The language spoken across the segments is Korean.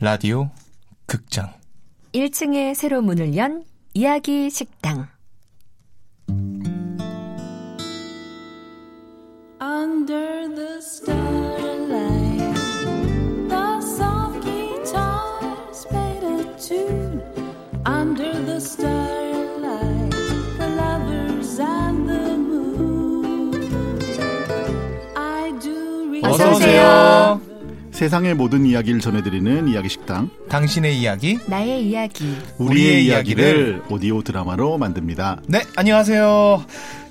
라디오 극장 1층에 새로 문을 연 이야기 식당. Under the starlight, the soft guitars played a tune. Under the starlight, the lovers and the moon. I do recall 어서 오세요. 세상의 모든 이야기를 전해드리는 이야기 식당 당신의 이야기. 나의 이야기. 우리의, 우리의 이야기를 오디오 드라마로 만듭니다. 네, 안녕하세요.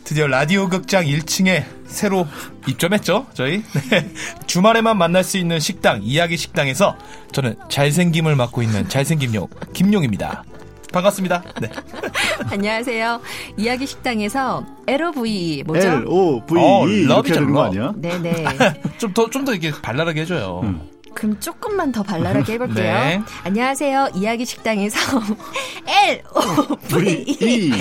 드디어 라디오 극장 1층에 새로 입점했죠, 저희. 네. 주말에만 만날 수 있는 식당, 이야기 식당에서 저는 잘생김을 맡고 있는 잘생김용, 김용입니다. 반갑습니다. 네. 안녕하세요. 이야기 식당에서 LOV 뭐죠? L O V 어, E 이렇게 러브죠, 되는 거 러브. 아니야? 네네. 좀 더, 좀 더 이게 발랄하게 해줘요. 그럼 조금만 더 발랄하게 해볼게요. 네. 안녕하세요. 이야기 식당에서 L O V V E E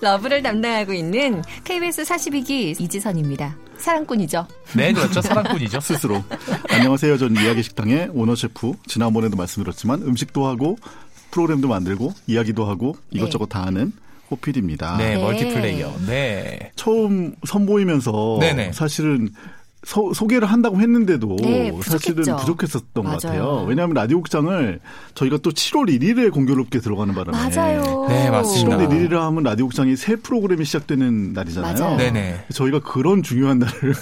러브를 담당하고 있는 KBS 42기 이지선입니다. 사랑꾼이죠. 네, 그렇죠. 사랑꾼이죠. 스스로 안녕하세요. 전 이야기 식당의 오너 셰프 지난번에도 말씀드렸지만 음식도 하고 프로그램도 만들고 이야기도 하고 이것저것 다 하는 호필입니다. 네, 네. 멀티플레이어. 네. 처음 선보이면서 네네. 사실은 소, 소개를 한다고 했는데도 네, 사실은 부족했죠. 부족했었던 것 맞아요. 같아요. 왜냐하면 라디오 극장을 저희가 또 7월 1일에 공교롭게 들어가는 바람에 맞아요. 네, 맞습니다. 7월 1일이라 하면 라디오 극장이 새 프로그램이 시작되는 날이잖아요. 맞아요. 네네. 저희가 그런 중요한 날을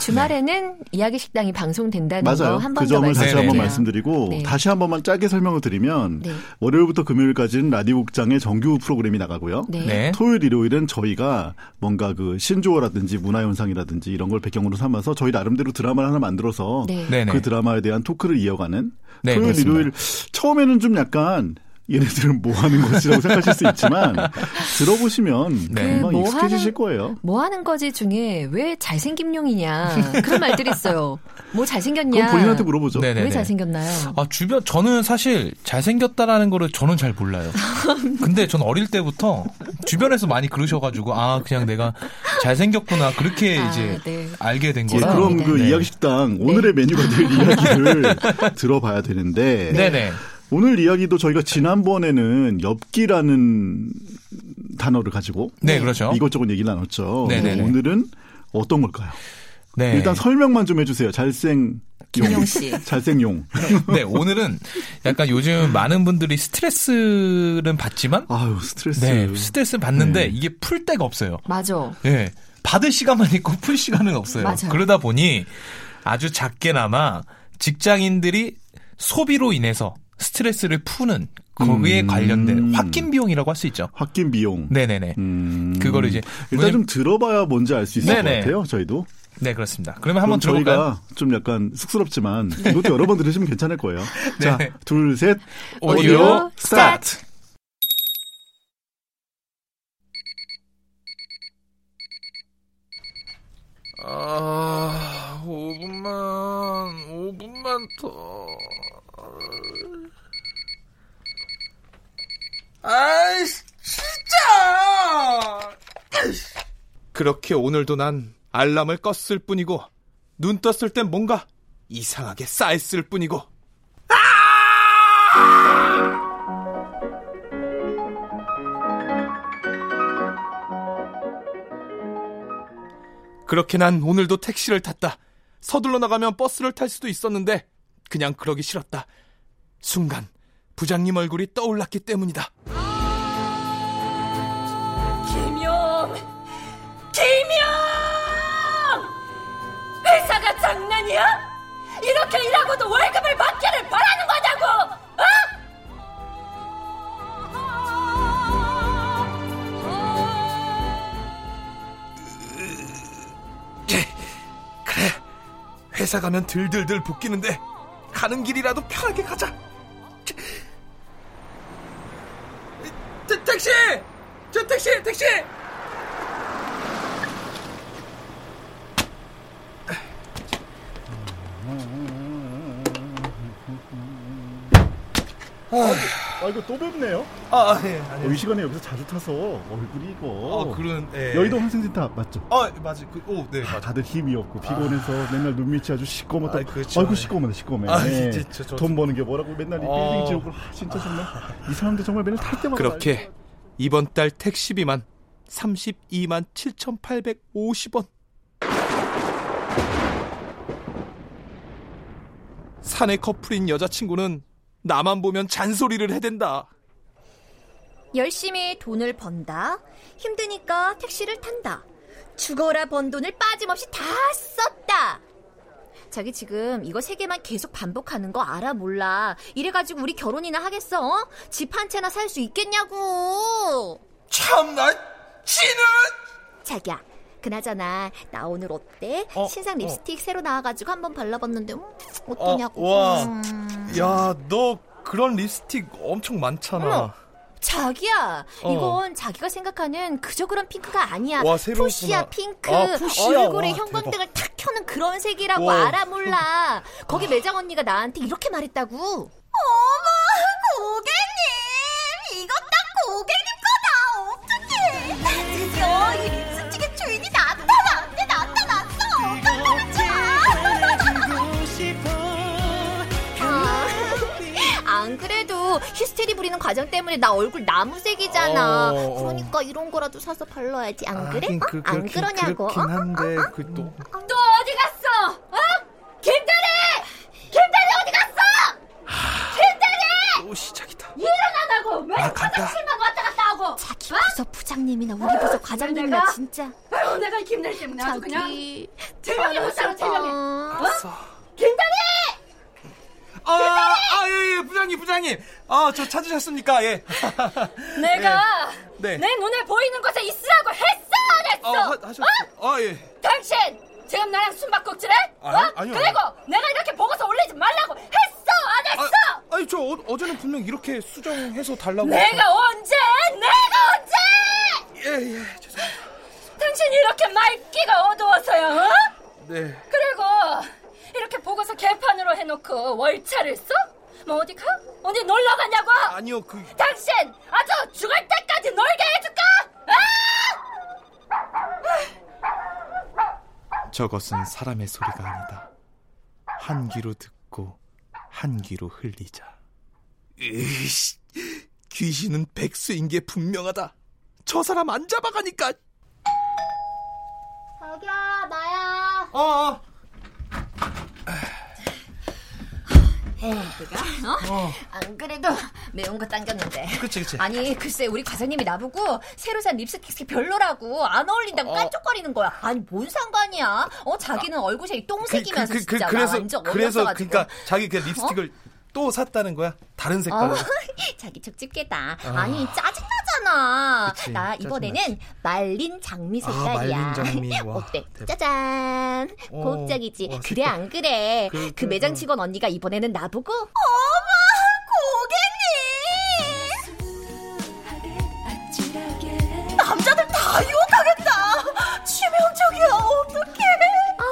주말에는 이야기 식당이 방송된다는 거 네. 맞아요. 한 번 그 더 점을 다시 말씀드려요. 한번 네. 말씀드리고 네. 다시 한 번만 짧게 설명을 드리면 네. 월요일부터 금요일까지는 라디오 극장의 정규 프로그램이 나가고요. 네. 네. 토요일 일요일은 저희가 뭔가 그 신조어라든지 문화 현상이라든지 이런 걸 배경으로 삼아서 저희 나름대로 드라마를 하나 만들어서 네. 네네. 그 드라마에 대한 토크를 이어가는 네, 토요일 그렇습니다. 일요일 처음에는 좀 약간 얘네들은 뭐 하는 것이라고 생각하실 수 있지만 들어보시면 네. 금방 그뭐 익숙해지실 하는- 거예요. 뭐 하는 거지 중에 왜 잘생김용이냐 그런 말들이 있어요. 뭐 잘생겼냐? 그건 본인한테 물어보죠. 어. 네네. 왜 잘생겼나요? 아, 주변, 저는 사실 잘생겼다라는 거를 저는 잘 몰라요. 근데 전 어릴 때부터 주변에서 많이 그러셔가지고, 아, 그냥 내가 잘생겼구나. 그렇게 아, 이제 네. 알게 된 예, 거라. 그럼 네. 그 이야기 식당 오늘의 메뉴가 될 이야기를 들어봐야 되는데 네네. 오늘 이야기도 저희가 지난번에는 엽기라는 단어를 가지고 네, 그렇죠. 이것저것 얘기를 나눴죠. 네네네. 오늘은 어떤 걸까요? 네. 일단 설명만 좀 해주세요. 잘생 김용 씨. 잘생용. 네, 오늘은 약간 요즘 많은 분들이 스트레스는 받지만, 아유 스트레스. 네, 스트레스는 받는데 네. 이게 풀 데가 없어요. 맞아. 예. 받을 시간만 있고 풀 시간은 없어요. 맞아요. 그러다 보니 아주 작게나마 직장인들이 소비로 인해서 스트레스를 푸는 거기에 음. 관련된 확긴 비용이라고 할 수 있죠. 홧김 비용. 네네네. 음. 그거를 이제 일단 왜냐면- 좀 들어봐야 뭔지 알 수 있을 네네. 것 같아요. 저희도. 네 그렇습니다. 그러면 한번 그럼 들어볼까요? 저희가 좀 약간 쑥스럽지만 이것도 여러 번 들으시면 괜찮을 거예요. 자, 네. 둘, 셋. 오디오 스타트! 아, 5분만, 5분만 더. 아이씨, 진짜! 그렇게 오늘도 난 알람을 껐을 뿐이고, 눈 떴을 땐 뭔가 이상하게 쌓였을 뿐이고, 그렇게 난 오늘도 택시를 탔다. 서둘러 나가면 버스를 탈 수도 있었는데 그냥 그러기 싫었다. 순간 부장님 얼굴이 떠올랐기 때문이다. 김용! 김용! 회사가 장난이야? 이렇게 일하고도 월급을 받기를 바라는 거냐고! 어? 그래. 회사 가면 들들들 볶이는데 가는 길이라도 편하게 가자. 택시! 저 택시! 택시! 아 이거 또 뵙네요. 아, 예, 어, 이 시간에 여기서 자주 타서 얼굴이 이거. 아, 그런, 예. 여의도 환승센터 맞죠? 아, 맞아. 그, 오, 네, 맞아. 다들 힘이 없고 피곤해서 맨날 눈밑이 아주 시꺼멓다. 아, 그렇죠. 아이고 시꺼매다 시꺼매. 아, 진짜 저- 저- 돈 버는 게 뭐라고 맨날 이 어. 빌딩 지옥을 아, 진짜 정말 이 사람들 정말 맨날 탈 때마다 그렇게 이번 달 택시비만 32만 7,850원. 사내 커플인 여자친구는 나만 보면 잔소리를 해댄다. 열심히 돈을 번다. 힘드니까 택시를 탄다. 죽어라 번 돈을 빠짐없이 다 썼다. 자기 지금 이거 세 개만 계속 반복하는 거 알아 몰라. 이래가지고 우리 결혼이나 하겠어? 어? 집 한 채나 살 수 있겠냐고. 참나 지는 자기야. 그나저나 나 오늘 어때? 어, 신상 립스틱 새로 나와가지고 한번 발라봤는데 음, 어, 어떠냐고. 와. 음. 야, 너 그런 립스틱 엄청 많잖아. 자기야, 어. 이건 자기가 생각하는 그저 그런 핑크가 아니야. 와, 새로웠구나. 푸시야 핑크, 아, 푸시야. 얼굴에 와, 형광등을 탁 켜는 그런 색이라고 와. 알아 몰라. 거기 매장 언니가 나한테 이렇게 말했다고. 어머, 고객님, 이거 딱 고객님 거다. 어떡해? 드디어 이 립스틱의 주인이 나타났네, 나타났어. 어떡하면 안 그래도 히스테리 부리는 과정 때문에 나 얼굴 나무색이잖아. 어, 어. 그러니까 이런 거라도 사서 발라야지. 아, 안 그래? 하긴 어? 그- 안 그렇긴- 그러냐고. 그렇긴 어? 한데, 그 또. 또 어디 갔어? 어? 김대리! 김대리 어디 갔어? 또 시작이다. 아, 일 안 하고 왜 화장실만 왔다 갔다 하고? 자기 부서 부장님이나 우리 부서 과장님이나 내가? 진짜. 아유 내가 이 김대리 때문에 아주 그냥 자기. 제명이 못 살아 제명이. 어, 아, 아, 예, 예, 부장님, 부장님. 아, 저 찾으셨습니까? 예. 내가 네. 내 눈에 보이는 곳에 있으라고 했어 안 아, 했어? 하, 하셨, 아, 예. 당신 지금 나랑 숨바꼭질해? 아니, 어? 아니요. 그리고 내가 이렇게 보고서 올리지 말라고 했어 안 했어? 아, 아니, 저 어, 제는 분명 이렇게 수정해서 달라고. 내가 언제? 내가 언제? 예, 예, 죄송합니다. 당신 이렇게 말귀가 어두워서요. 어? 네. 그리고 이렇게 보고서 개판으로 해놓고 월차를 써? 뭐 어디 가? 어디 놀러 가냐고? 아니요, 그, 당신 아주 죽을 때까지 놀게 해줄까? 저것은 사람의 소리가 아니다. 한 귀로 듣고 한 귀로 흘리자. 으이씨, 귀신은 백수인 게 분명하다. 저 사람 안 잡아가니까. 자기야, 나야. 어, 어. 안 그래도 매운 거 당겼는데. 그치, 그치. 아니 글쎄 우리 과장님이 나보고 새로 산 립스틱이 별로라고 안 어울린다고 깐족거리는 거야. 아니 뭔 상관이야? 어 아. 자기는 얼굴색이 그, 똥색이면서 진짜 나 완전 그래서 어이없어가지고. 그러니까 자기 그 립스틱을 또 샀다는 거야. 다른 색깔로. 어, 자기 족집게다. 아니 짜증나잖아. 그치, 나 이번에는 짜증나지. 말린 장미 색깔이야. 말린 아, 장미, 와, 어때? 대박. 짜잔. 오, 고급적이지. 와, 그래 색깔. 안 그래? 아. 그, 그, 그, 매장 어. 직원 언니가 이번에는 나보고 어머 고객님 남자들 다 유혹하겠다. 치명적이야. 어떡해. 아,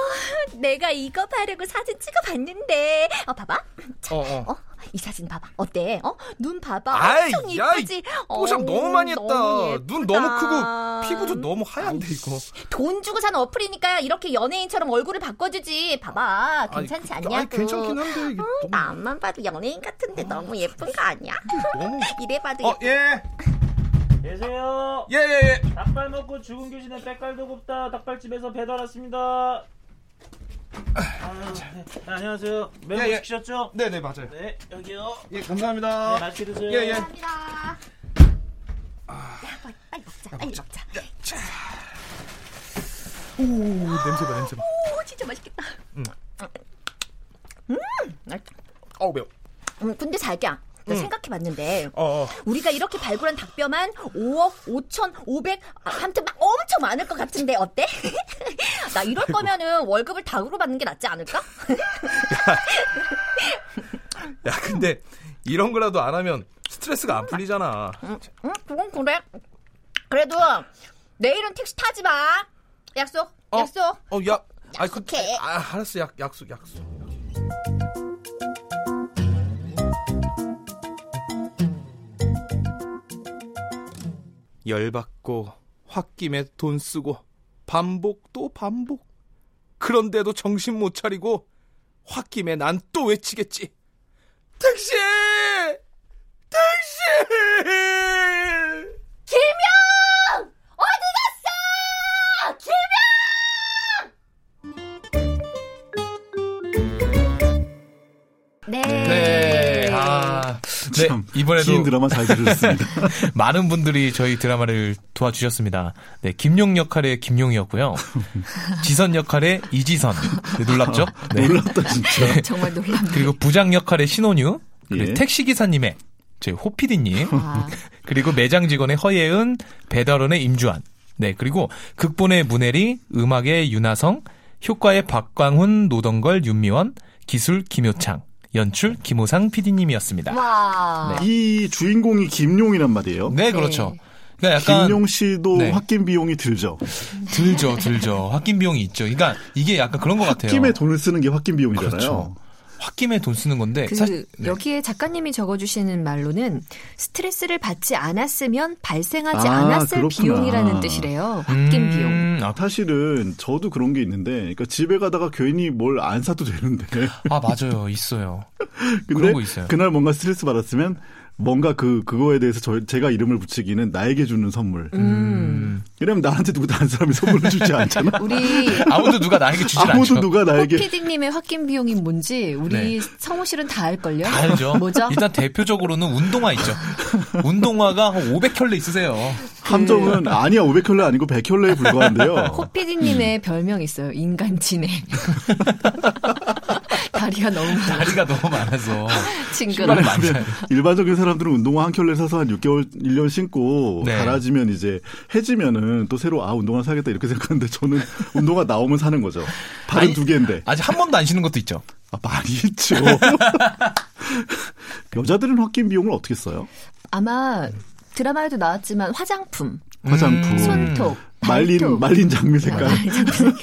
내가 이거 바르고 사진 찍어봤는데. 어 봐봐. 어, 어. 어? 이 사진 봐봐. 어때? 어? 눈 봐봐. 아이, 엄청 야, 이쁘지? 뽀샵 어우, 너무 많이 했다. 너무 눈 예쁘다. 너무 크고 피부도 너무 하얀데 이거. 돈 주고 산 어플이니까 이렇게 연예인처럼 얼굴을 바꿔주지. 봐봐. 아니, 괜찮지 그- 않냐고. 음, 아니, 괜찮긴 한데 이게 너무 나만 봐도 연예인 같은데 너무 예쁜 거 아, 아니야? 너무. 이래봐도 어, 예뻐. 예. 계세요. 예, 예, 예. 닭발 먹고 죽은 귀신의 백갈도 곱다. 닭발집에서 배달 왔습니다. 아유, 네, 안녕하세요. 메뉴 예, 예. 시키셨죠? 네, 네, 맞아요. 네, 여기요. 예, 네, 감사합니다. 맛있게 드세요. 예, 예. 감사합니다. 야, 빨리, 빨리 먹자. 빨리 먹자. 오, 냄새 봐, 냄새 봐. 오, 진짜 맛있겠다. 음, 맛있다. 어우, 매워. 음, 근데 자기야. 나 생각해봤는데 어, 어. 우리가 이렇게 발굴한 닭뼈만 5억 5,500 아, 아무튼 막 엄청 많을 것 같은데 어때? 나 이럴 거면은 월급을 닭으로 받는 게 낫지 않을까? 야, 근데 이런 거라도 안 하면 스트레스가 안 풀리잖아. 응, 그건 그래. 그래도 내일은 택시 타지 마. 약속. 어? 약속. 어, 야. 아, 그, 약속해. 아, 알았어. 약, 약속, 약속. 열받고 홧김에 돈 쓰고 반복 또 반복. 그런데도 정신 못 차리고 홧김에 난 또 외치겠지. 택시! 택시! 김영! 어디 갔어? 김영! 네. 네. 아, 네. 참, 긴 이번에도 드라마 잘 들으셨습니다. 많은 분들이 저희 드라마를 도와주셨습니다. 네, 김용 역할의 김용이었고요. 지선 역할의 이지선. 네, 놀랍죠? 네. 놀랍다 진짜. 정말 놀랍네. 그리고 부장 역할의 신원유. 그리고 예. 택시기사님의 저희 호피디님. 아, 그리고 매장 직원의 허예은, 배달원의 임주환. 네, 그리고 극본의 문혜리, 음악의 윤하성, 효과의 박광훈, 노던걸, 윤미원, 기술 김효창, 연출 김호상 PD님이었습니다. 와. 이 주인공이 김용이란 말이에요. 네, 그렇죠. 그러니까 약간 김용 씨도 네. 홧김 비용이 들죠. 들죠, 들죠. 홧김 비용이 있죠. 그러니까 이게 약간 그런 것 같아요. 홧김에 돈을 쓰는 게 홧김 비용이잖아요. 그렇죠. 홧김에 돈 쓰는 건데 그 네. 사실 네. 여기에 작가님이 적어주시는 말로는 스트레스를 받지 않았으면 발생하지 아, 않았을 그렇구나. 비용이라는 뜻이래요. 홧김 음, 비용. 아, 사실은 저도 그런 게 있는데, 그러니까 집에 가다가 괜히 뭘 안 사도 되는데, 아, 맞아요, 있어요. 근데 거 있어요. 그날 뭔가 스트레스 받았으면 뭔가 그 그거에 대해서 저, 제가 이름을 붙이기는 나에게 주는 선물. 왜냐면 나한테 누구 다른 사람이 선물을 주지 않잖아. 우리 아무도 누가 나에게 주질 않죠. 아무도 누가 나에게 네. 호피디님의 홧김 비용이 뭔지 우리 성우 씨는 다 알걸요? 다 알죠. 뭐죠? 일단 대표적으로는 운동화 있죠. 운동화가 한 500켤레 있으세요. 함정은 아니야 500켤레 아니고 100켤레에 불과한데요. 음. 호피디님의 별명 있어요. 인간 진해. 다리가 너무 다리가 너무 많아서. 징그러. 근데 일반적인 사람들은 운동화 한 켤레 사서 한 6개월 1년 신고 네. 갈아지면 이제 해지면은 또 새로 아 운동화 사겠다 이렇게 생각하는데 저는 운동화 나오면 사는 거죠. 발은 아니, 두 개인데. 아직 한 번도 안 쉬는 것도 있죠. 아, 많이 있죠. 여자들은 홧김 비용을 어떻게 써요? 아마 드라마에도 나왔지만 화장품, 화장품, 음. 음. 손톱, 아, 말린 발톱. 말린 장미 색깔.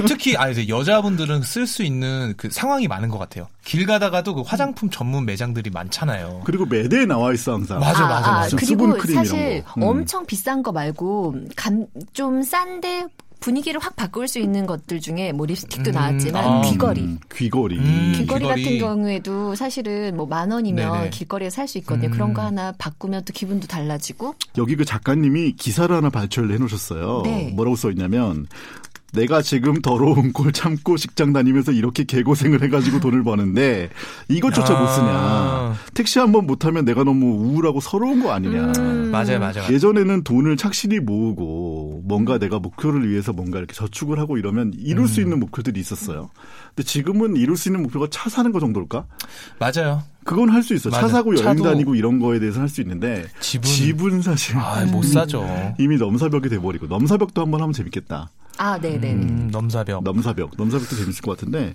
특히 아 이제 여자분들은 쓸 수 있는 그 상황이 많은 것 같아요. 길 가다가도 그 화장품 전문 매장들이 많잖아요. 그리고 매대에 나와 있어 항상. 맞아, 맞아, 아, 맞아. 그리고 수분 크림 이런 사실 거. 음. 엄청 비싼 거 말고 감 좀 싼데 분위기를 확 바꿀 수 있는 것들 중에 뭐 음, 립스틱도 나왔지만 아, 귀걸이. 음, 귀걸이. 음. 길거리, 귀걸이. 같은 경우에도 사실은 뭐 만 원이면 네네. 음. 길거리에 살 수 있거든요. 그런 거 하나 바꾸면 또 기분도 달라지고. 여기 그 작가님이 기사를 하나 발췌를 해놓으셨어요. 네. 뭐라고 써있냐면 내가 지금 더러운 걸 참고 직장 다니면서 이렇게 개고생을 해가지고 돈을 버는데 이것조차 못 아. 쓰냐. 택시 한 번 못하면 내가 너무 우울하고 서러운 거 아니냐. 음. 맞아요, 맞아요. 예전에는 돈을 착실히 모으고 뭔가 내가 목표를 위해서 뭔가 이렇게 저축을 하고 이러면 이룰 음. 수 있는 목표들이 있었어요. 근데 지금은 이룰 수 있는 목표가 차 사는 거 정도일까? 맞아요. 그건 할 수 있어. 차 맞아. 사고 여행 차도- 다니고 이런 거에 대해서 는 할 수 있는데 집은- 집은 사실 아, 못 사죠. 이미 넘사벽이 돼버리고 넘사벽도 한번 하면 재밌겠다. 아, 네네. 음, 넘사벽. 넘사벽, 넘사벽도 재밌을 것 같은데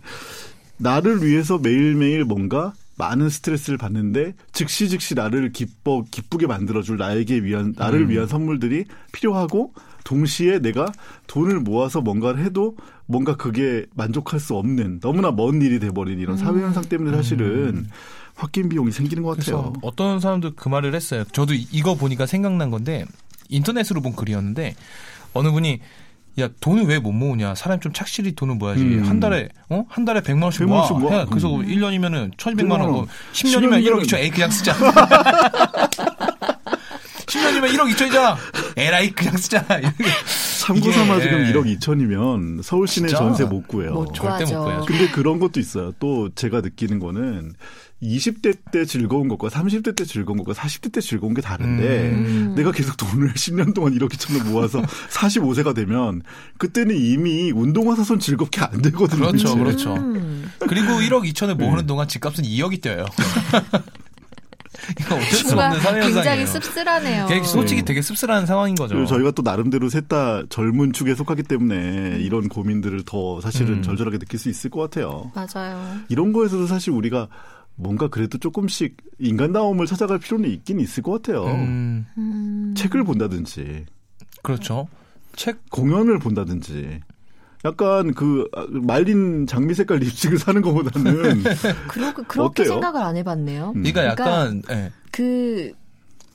나를 위해서 매일매일 뭔가 많은 스트레스를 받는데 즉시 즉시 나를 기뻐 기쁘게 만들어줄 나에게 위한 나를 음. 위한 선물들이 필요하고 동시에 내가 돈을 모아서 뭔가를 해도 뭔가 그게 만족할 수 없는 너무나 먼 일이 돼버린 음. 이런 사회 현상 때문에 사실은 홧김 비용이 생기는 것 그래서 같아요. 어떤 사람도 그 말을 했어요. 저도 이- 이거 보니까 생각난 건데 인터넷으로 본 글이었는데 어느 분이 야 돈을 왜 못 모으냐 사람이 좀 착실히 돈을 모아야지 음. 한 달에 어한 달에 100만 원씩 100만 모아, 원씩 모아. 야, 그래서 음. 1년이면은 1200만 원고 어, 10년 10년이면 이면 1억 2천 에이 그냥 쓰자 10년이면 1억 2천이잖아 에라이 그냥 쓰자 참고 이게- 삼아 지금 예. 1억 2천이면 서울 시내 진짜? 뭐 전세 못 구해요. 못 어, 절대 못 구하죠. 구해요. 근데 그런 것도 있어요. 또 제가 느끼는 거는 20대 때 즐거운 것과 30대 때 즐거운 것과 40대 때 즐거운 게 다른데 음. 내가 계속 돈을 10년 동안 이렇게 천을 모아서 45세가 되면 그때는 이미 운동화 사선 즐겁게 안 되거든요. 그렇죠 음. 이제. 그렇죠 그리고 1억 2천을 네. 모으는 동안 집값은 2억이 뛰어요 이거 어쩔 수 뭔가 없는 사회 현상이에요 굉장히 씁쓸하네요. 어. 되게 솔직히 되게 씁쓸한 상황인 거죠 그리고 저희가 또 나름대로 셋 다 젊은 축에 속하기 때문에 이런 고민들을 더 사실은 음. 절절하게 느낄 수 있을 것 같아요. 맞아요. 이런 거에서도 사실 우리가 뭔가 그래도 조금씩 인간다움을 찾아갈 필요는 있긴 있을 것 같아요. 음, 책을 본다든지 그렇죠 책 공연을 본다든지 약간 그 말린 장미 색깔 립스틱을 사는 것보다는 네. 그러, 그렇게 어때요? 생각을 안 해봤네요. 음. 그러니까 그러니까 약간 예. 그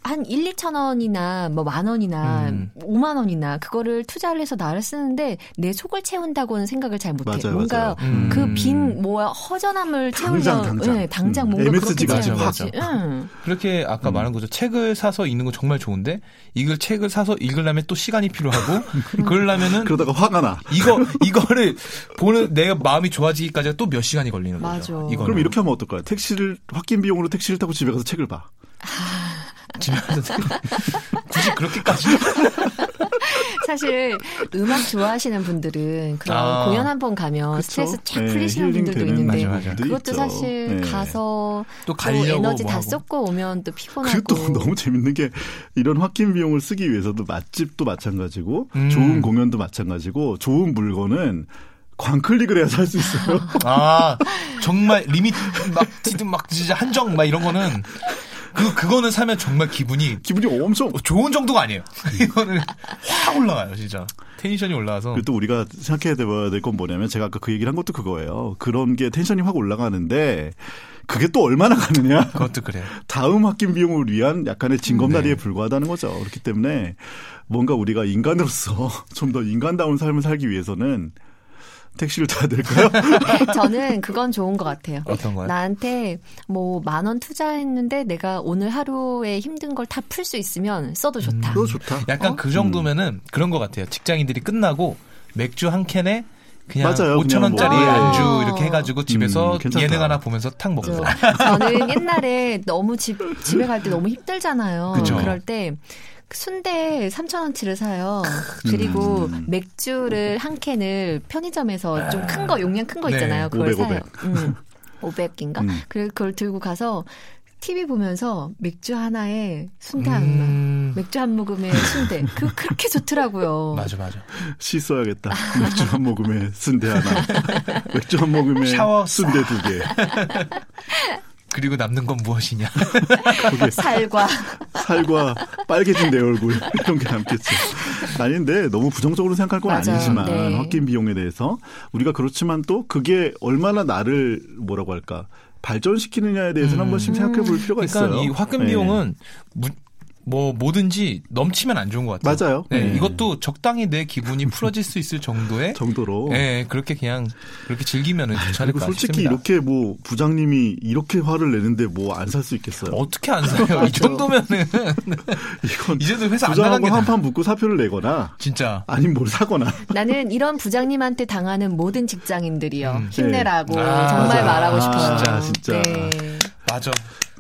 한 1, 2천 원이나 뭐 만 원이나 음. 5만 원이나 그거를 투자를 해서 나를 쓰는데 내 속을 채운다고는 생각을 잘 못해. 맞아요, 뭔가 맞아요. 음. 그 빈 뭐야 허전함을 채우려 당장, 당장. 네, 당장 음. 뭔가 그렇게 MSG가 아주 채우는 확- 거지. 응. 그렇게 아까 음. 말한 거죠. 책을 사서 읽는 건 정말 좋은데 이걸 책을 사서 읽으려면 또 시간이 필요하고 그러려면은 그러다가 화가 나. 이거 이거를 보는 내가 마음이 좋아지기까지 또 몇 시간이 걸리는 거죠. 맞아. 이거는 그럼 이렇게 하면 어떨까요? 택시를 홧긴 비용으로 택시를 타고 집에 가서 책을 봐. 집에 가서 굳이 그렇게까지 사실 음악 좋아하시는 분들은 그런 아. 공연 한 번 가면 스트레스 그쵸? 쫙 네, 풀리시는 힐링 분들도 되는 있는데 맞아, 맞아. 그것도 있죠. 사실 네. 가서 또 또 가려고 에너지 뭐 다 하고. 쏟고 오면 또 피곤하고 그리고 또 너무 재밌는 게 이런 홧긴 비용을 쓰기 위해서도 맛집도 마찬가지고 음. 좋은 공연도 마찬가지고 좋은 물건은 광클릭을 해야 살 수 있어요. 아 정말 리미트 막 티드 막 진짜 한정 막 이런 거는 그 그거는 사면 정말 기분이 기분이 엄청 좋은 정도가 아니에요. 음. 이거는 확 올라가요 진짜 텐션이 올라와서 그리고 또 우리가 생각해야 될 건 뭐냐면 제가 아까 그 얘기를 한 것도 그거예요. 그런 게 텐션이 확 올라가는데 그게 또 얼마나 가느냐. 그것도 그래요. 다음 학기 비용을 위한 약간의 징검다리에 불과하다는 거죠. 그렇기 때문에 뭔가 우리가 인간으로서 좀 더 인간다운 삶을 살기 위해서는 택시를 타야 될까요? 저는 그건 좋은 것 같아요. 어떤 거요? 나한테 뭐 만 원 투자했는데 내가 오늘 하루에 힘든 걸 다 풀 수 있으면 써도 좋다. 그거 좋다. 약간 어? 그 정도면은 그런 것 같아요. 직장인들이 끝나고 맥주 한 캔에 그냥 맞아요. 5천 원짜리 그냥 뭐. 안주 아. 이렇게 해가지고 집에서 음, 괜찮다. 예능 하나 보면서 탁 먹고 그죠. 저는 옛날에 너무 집, 집에 갈 때 너무 힘들잖아요. 그죠. 럴때 순대 3,000원치를 사요. 그리고 음. 맥주를 한 캔을 편의점에서 좀 큰 거, 용량 큰 거 네, 있잖아요. 그걸 500, 사요. 음, 500인가? 음. 그래서 그걸 들고 가서 TV 보면서 맥주 하나에 순대 한 모금, 음, 맥주 한 모금에 순대. 그 그렇게 좋더라고요. 맞아 맞아. 시 써야겠다. 맥주 한 모금에 순대 하나. 맥주 한 모금에 샤워 싹. 순대 두 개. 그리고 남는 건 무엇이냐? 살과 살과 빨개진 내 얼굴 이런 게 남겠죠. 아닌데 너무 부정적으로 생각할 건 맞아요. 아니지만 네. 홧긴 비용에 대해서 우리가 그렇지만 또 그게 얼마나 나를 뭐라고 할까 발전시키느냐에 대해서는 한 번씩 생각해 볼 필요가 음. 그러니까 있어요. 이 화끈 네. 비용은 무- 뭐 뭐든지 넘치면 안 좋은 것 같아요. 맞아요. 네, 네. 이것도 적당히 내 기분이 풀어질 수 있을 정도의 정도로. 네, 그렇게 그냥 그렇게 즐기면은 좋지 그리고 않을까 솔직히 싶습니다. 이렇게 뭐 부장님이 이렇게 화를 내는데 뭐 안 살 수 있겠어요. 어떻게 안 사요? 이 정도면은 이건 이제도 회사 안 나간 부장하고 게 나- 한판 붙고 사표를 내거나 진짜 아니면 뭘 사거나 나는 이런 부장님한테 당하는 모든 직장인들이요. 음. 힘내라고 네. 아, 정말 맞아. 말하고 아, 싶어요. 진짜, 진짜. 네. 맞아.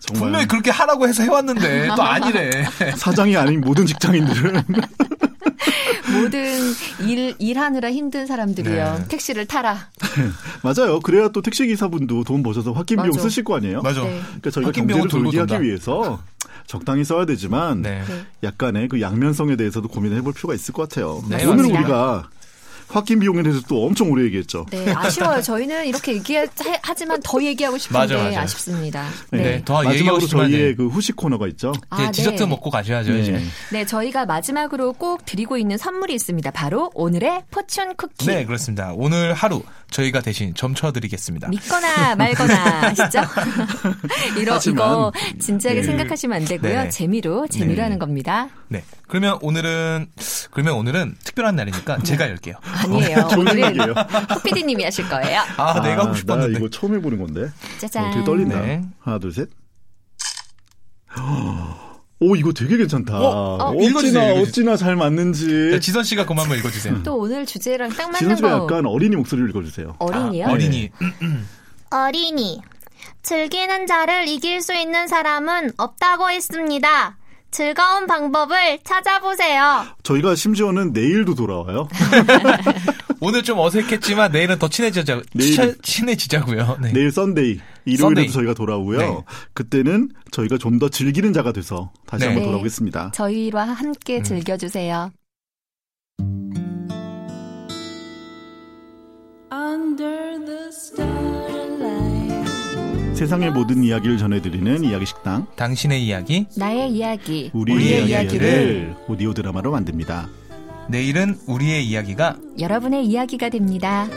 정말. 분명히 그렇게 하라고 해서 해왔는데 또 아니래. 사장이 아닌 모든 직장인들은 모든 일, 일하느라 힘든 사람들이요. 네. 택시를 타라. 맞아요. 그래야 또 택시 기사분도 돈 버셔서 홧긴 비용 맞아. 쓰실 거 아니에요. 맞아. 네. 그러니까 저희가 홧긴 병을 경제를 돌고 돈다. 돌기하기 위해서 적당히 써야 되지만 네. 약간의 그 양면성에 대해서도 고민해 볼 필요가 있을 것 같아요. 네, 오늘 맞습니다. 우리가 홧긴 비용에 대해서 또 엄청 오래 얘기했죠. 네, 아쉬워요. 저희는 이렇게 얘기하지만 더 얘기하고 싶은데 맞아, 맞아. 쉽습니다 네. 더 얘기하고 마지막으로 싶지만 저희의 네. 그 후식 코너가 있죠. 아, 이제 네, 디저트 먹고 가셔야죠 이제. 네, 저희가 마지막으로 꼭 드리고 있는 선물이 있습니다. 바로 오늘의 포춘 쿠키. 네 그렇습니다. 오늘 하루 저희가 대신 점쳐드리겠습니다. 믿거나 말거나 아시죠? 이러, 하지만, 이거 진지하게 네. 생각하시면 안 되고요. 네. 재미로 재미로 하는 겁니다. 네 그러면 오늘은 그러면 오늘은 특별한 날이니까 제가 열게요. 아니에요. 어, 좋은 오늘은 생각이에요. 호피디님이 하실 거예요. 아, 내가 하고 나 싶었는데. 이거 처음 해보는 건데. 짜잔. 어, 되게 떨린다. 네. 하나 둘 셋. 오 이거 되게 괜찮다. 어, 어. 어찌나 읽어주세요, 읽어주세요. 어찌나 잘 맞는지. 야, 네, 지선 씨가 그만 한번 읽어주세요. 또 오늘 주제랑 딱 맞는 지난주에 거 약간 어린이 목소리를 읽어주세요. 어린이요? 어린이 네. 어린이. 즐기는 자를 이길 수 있는 사람은 없다고 했습니다. 즐거운 방법을 찾아보세요. 저희가 심지어는 내일도 돌아와요. 오늘 좀 어색했지만 내일은 더 친해지자 내일- 친- 친해지자고요. 네. 내일 썬데이. 일요일에도 썬데이. 저희가 돌아오고요. 네. 그때는 저희가 좀 더 즐기는 자가 돼서 다시 네. 한번 네. 돌아오겠습니다. 저희와 함께 음. 즐겨주세요. Under the starlight. 세상의 모든 이야기를 전해드리는 이야기 식당 당신의 이야기 나의 이야기. 우리의, 우리의 이야기를, 이야기를 오디오 드라마로 만듭니다. 내일은 우리의 이야기가 여러분의 이야기가 됩니다.